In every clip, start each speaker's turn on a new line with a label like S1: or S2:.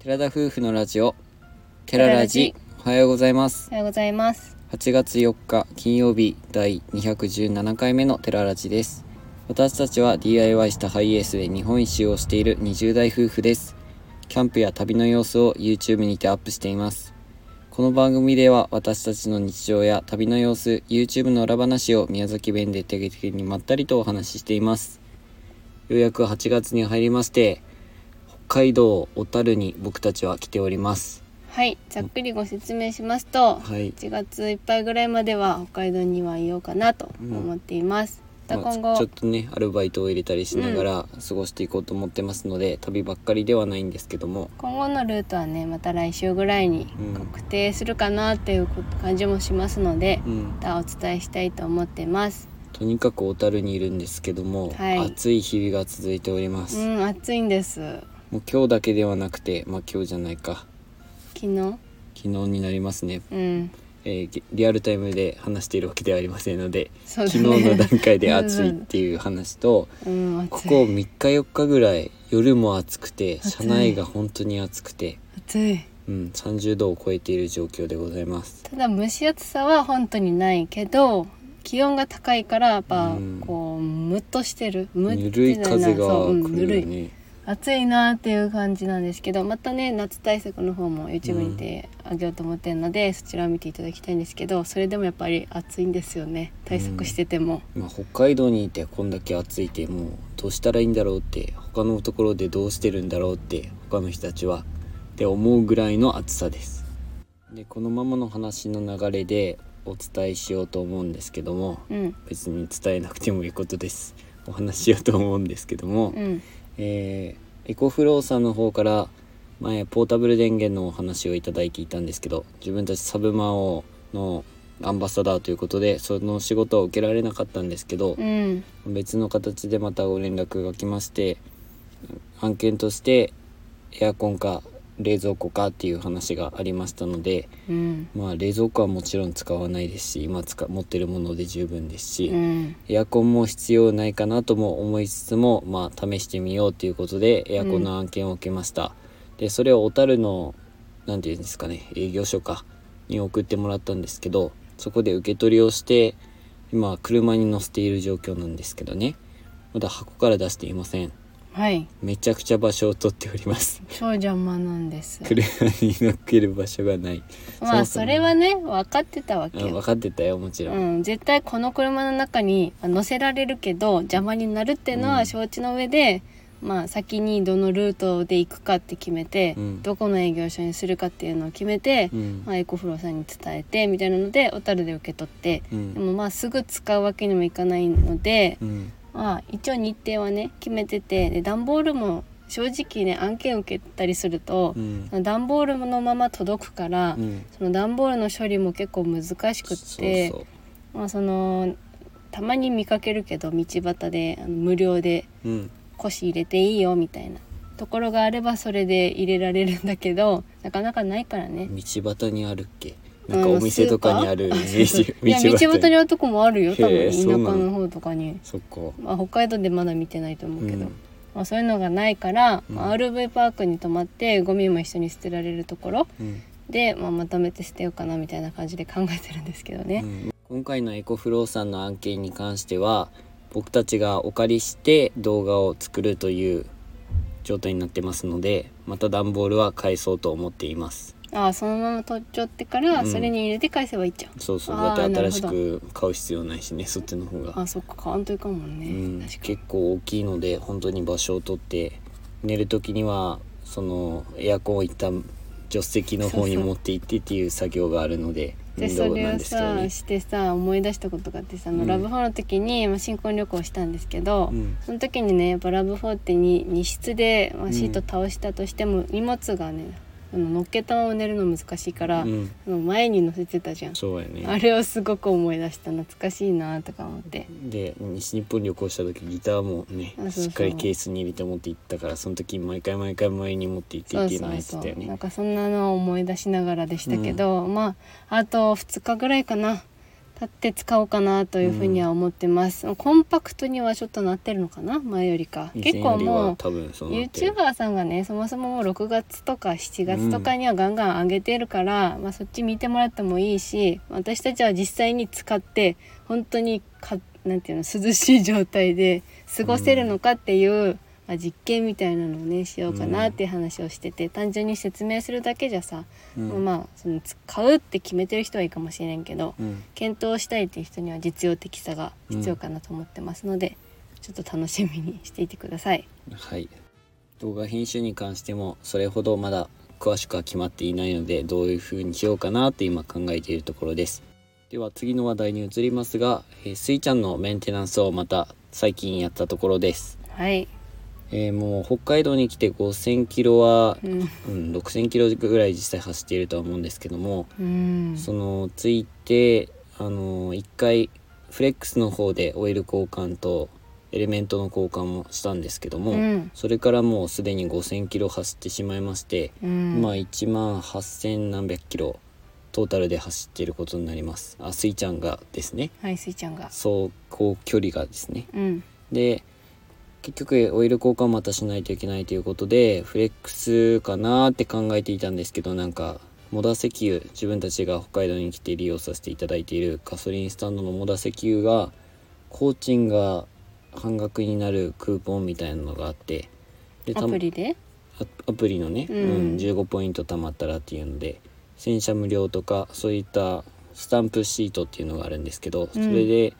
S1: 寺田夫婦のラジオ寺ラジおはようございます
S2: おはようございます。
S1: 8月4日金曜日第217回目の寺ラジです私たちは DIY したハイエースで日本一周をしている20代夫婦ですキャンプや旅の様子を YouTube にてアップしていますこの番組では私たちの日常や旅の様子 YouTube の裏話を宮崎弁で定期的にまったりとお話ししていますようやく8月に入りまして北海道小樽に僕たちは来ております
S2: はい、ざっくりご説明しますと、
S1: はい
S2: 1月いっぱいぐらいまでは北海道にはいようかなと思っています。また
S1: まあ
S2: 今後、
S1: ちょっとねアルバイトを入れたりしながら過ごしていこうと思ってますので、旅ばっかりではないんですけども
S2: 今後のルートはね、また来週ぐらいに
S1: うん
S2: 確定するかなっていうこと感じもしますので、
S1: うん
S2: またお伝えしたいと思ってます。
S1: とにかく小樽にいるんですけども、
S2: はい
S1: 暑い日々が続いております、
S2: う
S1: も
S2: ん、暑いんです。
S1: う今日だけではなくてまあ今日じゃないか
S2: 昨日、
S1: 昨日になりますね、
S2: うん、
S1: えーげリアルタイムで話しているわけではありませんので
S2: そうだ
S1: 昨
S2: ね。
S1: 日の段階で暑いっていう話と
S2: うん、
S1: こ
S2: 暑い。
S1: こ3日4日ぐらい夜も暑くて
S2: 暑
S1: 車
S2: い
S1: 内が本当に暑くて、
S2: 暑い。
S1: うん、30度を超えている状況でございます
S2: ただ蒸し暑さは本当にないけど気温が高いからやっぱ
S1: うん
S2: こうムッとしてるムッ
S1: ぬ
S2: て
S1: るい
S2: じゃな
S1: 風が
S2: そううん
S1: 来
S2: ぬる
S1: るよ
S2: い
S1: ね。
S2: 暑いなっていう感じなんですけどまたね夏対策の方も YouTube にてあげようと思ってるので、そちらを見ていただきたいんですけどそれでもやっぱり暑いんですよね対策してても、
S1: まあ、北海道にいてこんだけ暑いてもうどうしたらいいんだろうって他のところでどうしてるんだろうって他の人たちはって思うぐらいの暑さです。でこのままの話の流れでお伝えしようと思うんですけども
S2: うん
S1: 別に伝えなくてもいいことです。お話ししようと思うんですけども、
S2: うん
S1: えーエコフローさんの方から前ポータブル電源のお話をいただいていたんですけど自分たちサブマオのアンバサダーということでその仕事は受けられなかったんですけど
S2: う、ん
S1: 別の形でまたご連絡が来まして案件としてエアコンか冷蔵庫かっていう話がありましたので
S2: うん
S1: まあ冷蔵庫はもちろん使わないですし今使持ってるもので十分ですし、
S2: うん
S1: エアコンも必要ないかなとも思いつつも、まあ、試してみようということでエアコンの案件を受けました、でそれを小樽の何て言うんですかね営業所かに送ってもらったんですけどそこで受け取りをして今車に乗せている状況なんですけどねまだ箱から出していません
S2: はい
S1: めちゃくちゃ場所を取っております
S2: 超邪魔なんです
S1: 車に乗っける場所がない
S2: まあ
S1: そもそ
S2: そ
S1: も
S2: れはね分かってたわけ
S1: あ
S2: よ
S1: 分かってたよもちろん、
S2: うん、絶対この車の中にあ乗せられるけど邪魔になるっての
S1: う
S2: は
S1: ん
S2: 承知の上で、まあ先にどのルートで行くかって決めて、
S1: うん
S2: どこの営業所にするかっていうのを決めて、
S1: うん
S2: まあ、エコフローさんに伝えてみたいなので小樽で受け取って、
S1: うん
S2: でもまあすぐ使うわけにもいかないので、
S1: うん
S2: まあ一応日程はね決めててで段ボールも正直ね案件受けたりすると
S1: う、ん
S2: 段ボールのまま届くから、
S1: うん
S2: その段ボールの処理も結構難しくって。
S1: そう
S2: まあ、そのたまに見かけるけど道端であの無料で
S1: そううん
S2: 腰入れていいよみたいなところがあればそれで入れられるんだけどなかなかないからね。
S1: 道端にあるっけなんか
S2: あの
S1: お店とかにある道
S2: スーパー いや道端にあるとこもあるよ多
S1: へえ
S2: 分田
S1: そうな
S2: 舎
S1: の
S2: の方とかに、
S1: そっか
S2: まあ、北海道でまだ見てないと思うけど、
S1: うん
S2: まあ、そういうのがないから、
S1: うん
S2: まあ RV パークに泊まってゴミも一緒に捨てられるところ
S1: うん
S2: で、まあ、まとめて捨てようかなみたいな感じで考えてるんですけどね。
S1: うん今回のエコフローさんの案件に関しては僕たちがお借りして動画を作るという状態になってますのでまた段ボールは返そうと思っています
S2: ああそのまま取っちゃってから
S1: うん
S2: それに入れて返せばいいじゃん。
S1: そうそうだ
S2: あ
S1: っ
S2: ー
S1: て新し
S2: な
S1: く買う必要ないしねそっちの方が、
S2: あそっか買わんといかんもんね、
S1: うん、
S2: 確か
S1: 結構大きいので本当に場所を取って寝る時にはそのエアコンを一旦助手席の方に
S2: そうそう
S1: 持って行ってっていう作業があるので
S2: で
S1: 面
S2: そ
S1: 倒
S2: れ
S1: なん
S2: を
S1: ですけどね
S2: さ。してさ思い出したことがあってさあの、
S1: うん
S2: ラブホの時に、まあ、新婚旅行したんですけど、
S1: うん
S2: その時にねやっぱラブホってに荷室で、ま
S1: う
S2: あ、
S1: ん
S2: シート倒したとしても、荷物がねあの乗っけたまま寝るの難しいから、
S1: うん、
S2: あの前に乗せてたじゃん、
S1: そうや
S2: あ
S1: ね
S2: れをすごく思い出した懐かしいなとか思って
S1: で西日本旅行した時ギターもね
S2: あそうそう
S1: しっかりケースに入れて持って行ったからその時毎回毎回前に持って行って
S2: そ
S1: っ
S2: う
S1: ていうの
S2: そ
S1: はやっ
S2: う
S1: て
S2: そ
S1: たよ
S2: うな
S1: ね
S2: んかそんなのを思い出しながらでしたけど、まああと2日ぐらいかな立って使おうかなというふうには思ってます、コンパクトにはちょっとなってるのかな前よりか
S1: 以
S2: 結
S1: 前
S2: 構
S1: よりは
S2: もう
S1: 多分そうなってる
S2: YouTuber さんがねそもそももう6月とか7月とかにはガンガン上げてるから、まあ、そっち見てもらってもいいし私たちは実際に使って本当にかなんていうの涼しい状態で過ごせるのかっていう、まあ、実験みたいなのをねしようかなっていう話をしてて、単純に説明するだけじゃさ、
S1: うん
S2: まあその使うって決めてる人はいいかもしれんけど
S1: うん
S2: 検討したいっていう人には実用的さが必要かなと思ってますので、ちょっと楽しみにしていてください。
S1: はい動画編集に関してもそれほどまだ詳しくは決まっていないのでどういう風にしようかなって今考えているところですでは次の話題に移りますが、えースイちゃんのメンテナンスをまた最近やったところです、
S2: はい、
S1: えーもう北海道に来て5000キロは、
S2: うん
S1: うん、6000キロぐらい実際走っているとは思うんですけども、
S2: うん
S1: そのついてあの1回フレックスの方でオイル交換とエレメントの交換もしたんですけども、
S2: うん
S1: それからもうすでに5,000キロ走ってしまいまして、
S2: うん
S1: まあ1万8,000何百キロトータルで走っていることになりますあスイちゃんがですね
S2: はいスイちゃんが
S1: 走行距離がですね
S2: うん
S1: で結局オイル交換またしないといけないということでフレックスかなーって考えていたんですけどなんかモダ石油自分たちが北海道に来て利用させていただいているガソリンスタンドのモダ石油が工賃が半額になるクーポンみたいなのがあってで
S2: ア
S1: た
S2: プリで
S1: アアプリのね、
S2: う
S1: うんん15ポイント貯まったらっていうので洗車無料とかそういったスタンプシートっていうのがあるんですけど、それで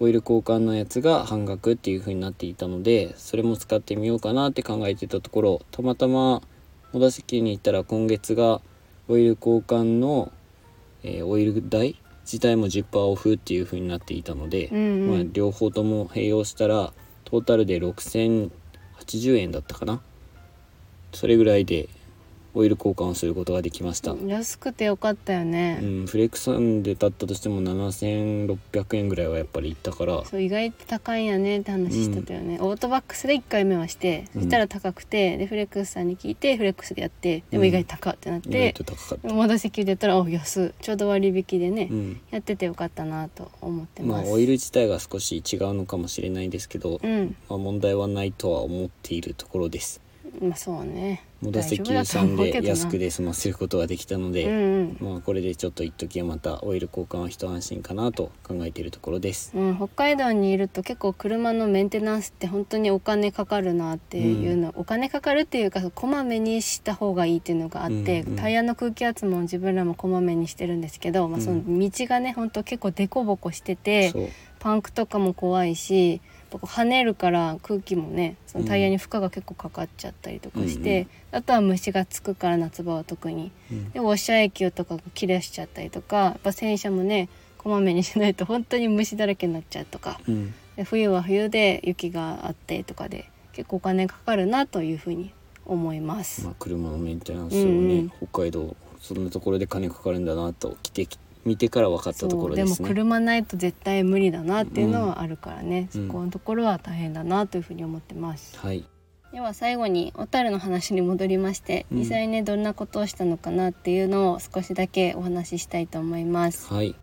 S1: オイル交換のやつが半額っていう風になっていたのでそれも使ってみようかなって考えてたところたまたま小田関に行ったら今月がオイル交換の、えーオイル代自体も10%オフっていう風になっていたので、
S2: うんう
S1: まあ
S2: ん、
S1: 両方とも併用したらトータルで6080円だったかなそれぐらいでオイル交換をすることができました、うん
S2: 安くてよかったよね、
S1: フレックスンで立ったとしても7600円ぐらいはやっぱりいったから
S2: そう意外と高いんやねって話してたよね、オートバックスで1回目はして
S1: う
S2: そ
S1: ん
S2: したら高くてでフレックスさんに聞いてフレックスでやってでも意外と高ってなっ
S1: 意外
S2: て
S1: と、高かった、
S2: 戻戻石油でやったらお安ちょうど割引でね、
S1: うん
S2: やっててよかったなと思って
S1: ま
S2: ま
S1: あ
S2: す、
S1: オイル自体が少し違うのかもしれないですけど、
S2: うん
S1: まあ、問題はないとは思っているところです
S2: まあそうね
S1: モダ石
S2: 大丈夫
S1: 油
S2: だと
S1: さん
S2: 思うけ
S1: で
S2: どな
S1: 安くで済ませることができたの
S2: うんう
S1: で、
S2: ん
S1: まあこれでちょっと一時はまたオイル交換は一安心かなと考えているところです
S2: うん、北海道にいると結構車のメンテナンスって本当にお金かかるなっていうの、お金かかるっていうかこまめにした方がいいっていうのがあって、
S1: うんうん
S2: タイヤの空気圧も自分らもこまめにしてるんですけど、まあ、
S1: うん
S2: その道がね本当結構デコボコしてて、
S1: そう
S2: パンクとかも怖いしやっぱこう跳ねるから空気もねそのタイヤに負荷が結構かかっちゃったりとかして、あとは虫がつくから夏場は特に。
S1: うん
S2: でウォッシャー液とかが切れしちゃったりとかやっぱ洗車もねこまめにしないと本当に虫だらけになっちゃうとか
S1: うん
S2: で冬は冬で雪があってとかで結構お金かかるなというふうに思います、
S1: まあ、車のメンテナンスをね、
S2: うん
S1: 北海道そんなところで金かかるんだなと来て見てから分かったとこ
S2: そう
S1: ろ
S2: で
S1: で
S2: も
S1: すね。
S2: 車ないと絶対無理だなっていうのはあるからね、
S1: うん
S2: そこのところは大変だなというふうに思ってます、
S1: はい、
S2: では最後に小樽の話に戻りまして、
S1: うん
S2: 実際ねどんなことをしたのかなっていうのを少しだけお話ししたいと思います
S1: はい、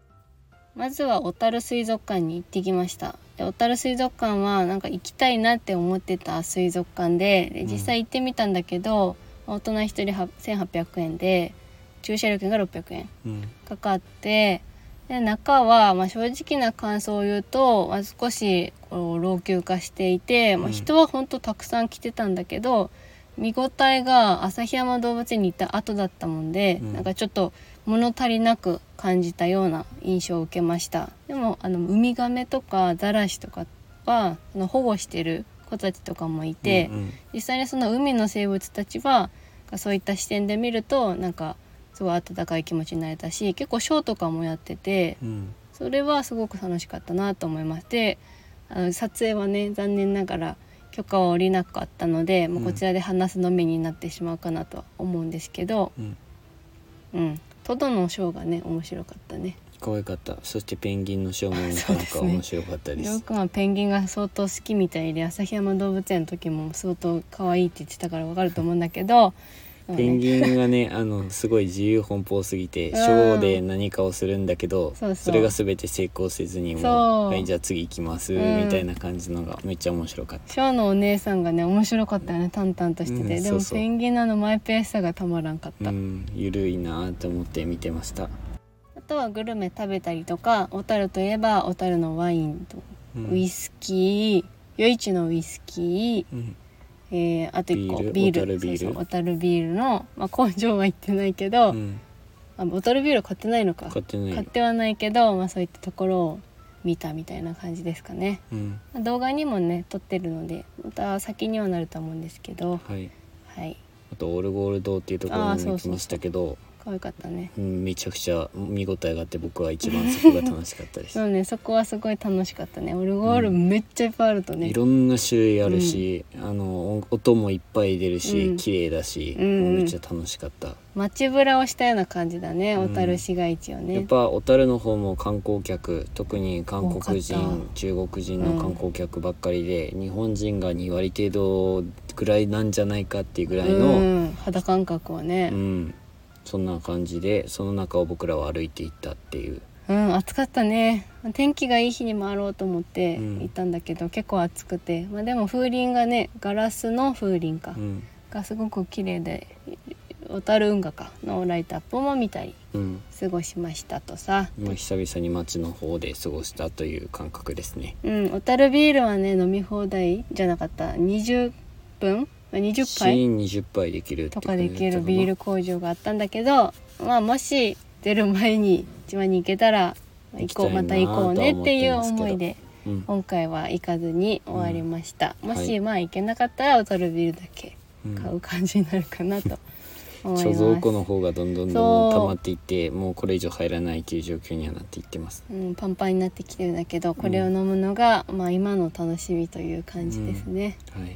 S2: まずは小樽水族館に行ってきましたで小樽水族館はなんか行きたいなって思ってた水族館でで
S1: うん
S2: 実際行ってみたんだけど、大人1人は1800円で駐車料金が600円
S1: うん
S2: かかってで中はまあ正直な感想を言うと、まあ、少しこう老朽化していて、まあ、
S1: うん
S2: 人は本当たくさん来てたんだけど、見応えが旭山動物園に行った後だったもんで、
S1: うん
S2: なんかちょっと物足りなく感じたような印象を受けましたでもあのウミガメとかザラシとかはあの保護してる子たちとかもいて。
S1: うん
S2: 実際にその海の生物たちはそういった視点で見るとなんかすごい温かい気持ちになれたし結構ショーとかもやってて
S1: うん
S2: それはすごく楽しかったなと思いましてあの撮影はね残念ながら許可は下りなかったので、もうこちらで話すのみになってしまうかなとは思うんですけど、
S1: うん、
S2: うん、トドのショーがね面白かったね。
S1: 可愛かったそしてペンギンのショーもなか
S2: そうで
S1: な
S2: す
S1: か
S2: ね
S1: 面白かったで
S2: りょう
S1: す
S2: くんはペンギンが相当好きみたいで旭山動物園の時も相当可愛いって言ってたからわかると思うんだけどそう
S1: ペン
S2: ね
S1: ギンが ねあのすごい自由奔放すぎて
S2: ん
S1: ショーで何かをするんだけど
S2: そうそう
S1: れが全て成功せずにもう
S2: そう
S1: はいじゃあ次行きます、
S2: うん
S1: みたいな感じのがめっちゃ面白かった
S2: ショーのお姉さんがね面白かったよね淡々としてて、
S1: うん
S2: で
S1: そ
S2: も
S1: うそう
S2: ペンギンのあのマイペースさがたまらんかった、
S1: うんゆるいなと思って見てました、
S2: あとはグルメ食べたりとか小樽といえば小樽のワインと、
S1: うん
S2: ウイスキー余市のウイスキ
S1: うん
S2: ー、えーあと一個
S1: ビ
S2: ビ
S1: ール
S2: ール
S1: 小樽ビール
S2: そうそう小樽ビールの、まあ、工場は行ってないけど、
S1: うん
S2: あ小樽ビール買ってないのか
S1: 買ってない
S2: 買ってはないけど、まあ、そういったところを見たみたいな感じですかね
S1: うん
S2: まあ動画にもね撮ってるのでまた先にはなると思うんですけど
S1: はい
S2: はい
S1: あとオルゴール堂っていうところ
S2: あー
S1: に
S2: そ
S1: も
S2: う
S1: 行き
S2: そう
S1: ましたけど
S2: 可愛かったね
S1: うんめちゃくちゃ見応えがあって僕は一番そこが楽しかった です、
S2: そうねそこはすごい楽しかったねオルゴールめっちゃいっぱいあるとね
S1: いろんな種類あるし、あの音もいっぱい出るし、
S2: うん
S1: 綺麗だし、
S2: うんうん
S1: めっちゃ楽しかった、
S2: 街ぶらをしたような感じだね
S1: うん
S2: 小樽市街地をね、
S1: やっぱ小樽の方も観光客特に韓国
S2: 多かっ
S1: 人中国人の観光客ばっかりで、日本人が2割程度ぐらいなんじゃないかっていうぐらいの、うん
S2: うん、肌感覚をね、
S1: そんな感じでその中を僕らは歩いていったっていう、
S2: うん、暑かったね天気がいい日に回ろうと思って
S1: うん
S2: 行ったんだけど、結構暑くて、まあ、でも風鈴がねガラスの風鈴か、
S1: うん
S2: がすごく綺麗で小樽運河かのライトアップも見たり
S1: うん、
S2: 過ごしましたとさ、
S1: もう久々に街の方で過ごしたという感覚ですね
S2: うん、小樽ビールはね飲み放題じゃなかった20分20
S1: シ
S2: 杯
S1: ーン20杯できるって
S2: と
S1: 感
S2: か
S1: じ
S2: で
S1: だった
S2: きるビール工場があったんだけど、まあ、もし出る前に市場に行けたらまあ行こう
S1: 行
S2: ま
S1: き
S2: た
S1: たい
S2: 行
S1: な
S2: こうねっていう
S1: とは思ってますけど
S2: 思いで
S1: うん
S2: 今回は行かずに終わりました、
S1: うん
S2: もし、
S1: はい
S2: まあ行けなかったら小樽ビールだけ
S1: うん
S2: 買う感じになるかなと思 います。
S1: 貯蔵庫の方がどんどんどんどん
S2: そう
S1: 溜まっていってもうこれ以上入らないっていう状況にはなっていってます
S2: うん、パンパンになってきてるんだけどこれを飲むのが、まあ、今の楽しみという感じですね、
S1: はい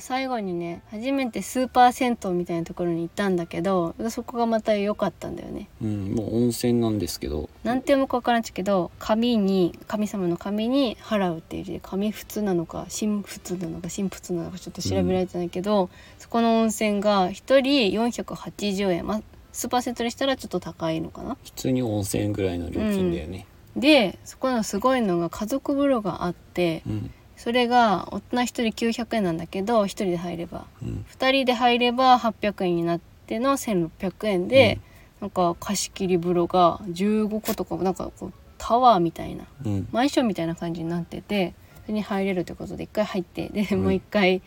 S2: 最後にね初めてスーパー銭湯みたいなところに行ったんだけどそこがまた良かったんだよね
S1: うん、もう温泉なんですけど、
S2: なんて読むか分からんちけど神に神様の神に払うっていう字で神仏なのか神仏なのか神仏なのかちょっと調べられてないけど、そこの温泉が1人480円まあスーパー銭湯にしたらちょっと高いのかな
S1: 普通に温泉ぐらいの料金だよね。
S2: でそこのすごいのが家族風呂があって
S1: うん、
S2: それが大人1人900円なんだけど1人で入れば
S1: うん、
S2: 2人で入れば800円になっての1600円で、なんか貸し切り風呂が15個とかなんかこうタワーみたいな
S1: うん、
S2: マンションみたいな感じになっててそれに入れるということで一回入ってで、
S1: うん
S2: もう一回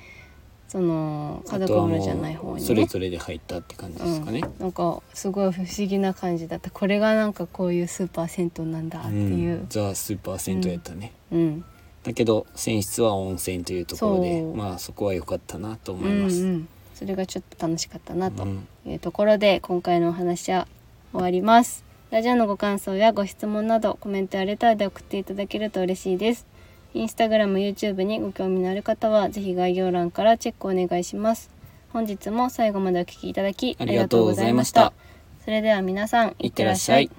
S2: その家族風呂じゃない
S1: あとはも
S2: 方
S1: う
S2: に
S1: それ
S2: ね。
S1: ぞれで入ったって感じですかね。
S2: うん、なんかすごい不思議な感じだったこれがなんかこういうスーパー銭湯なんだっていう、
S1: んザスーパー銭湯やったね。
S2: うん
S1: だけど泉質は温泉というところで、
S2: そう
S1: まあそこは良かったなと
S2: うん
S1: 思
S2: う
S1: います。
S2: ん、それがちょっと楽しかったなと
S1: うん
S2: というところで今回のお話は終わりますラジオのご感想やご質問などコメントやレターで送っていただけると嬉しいですインスタグラム YouTube にご興味のある方はぜひ概要欄からチェックお願いします本日も最後までお聞きいただき
S1: ありがとうございました
S2: ありがとうございましたそれでは皆さん
S1: いってらっしゃい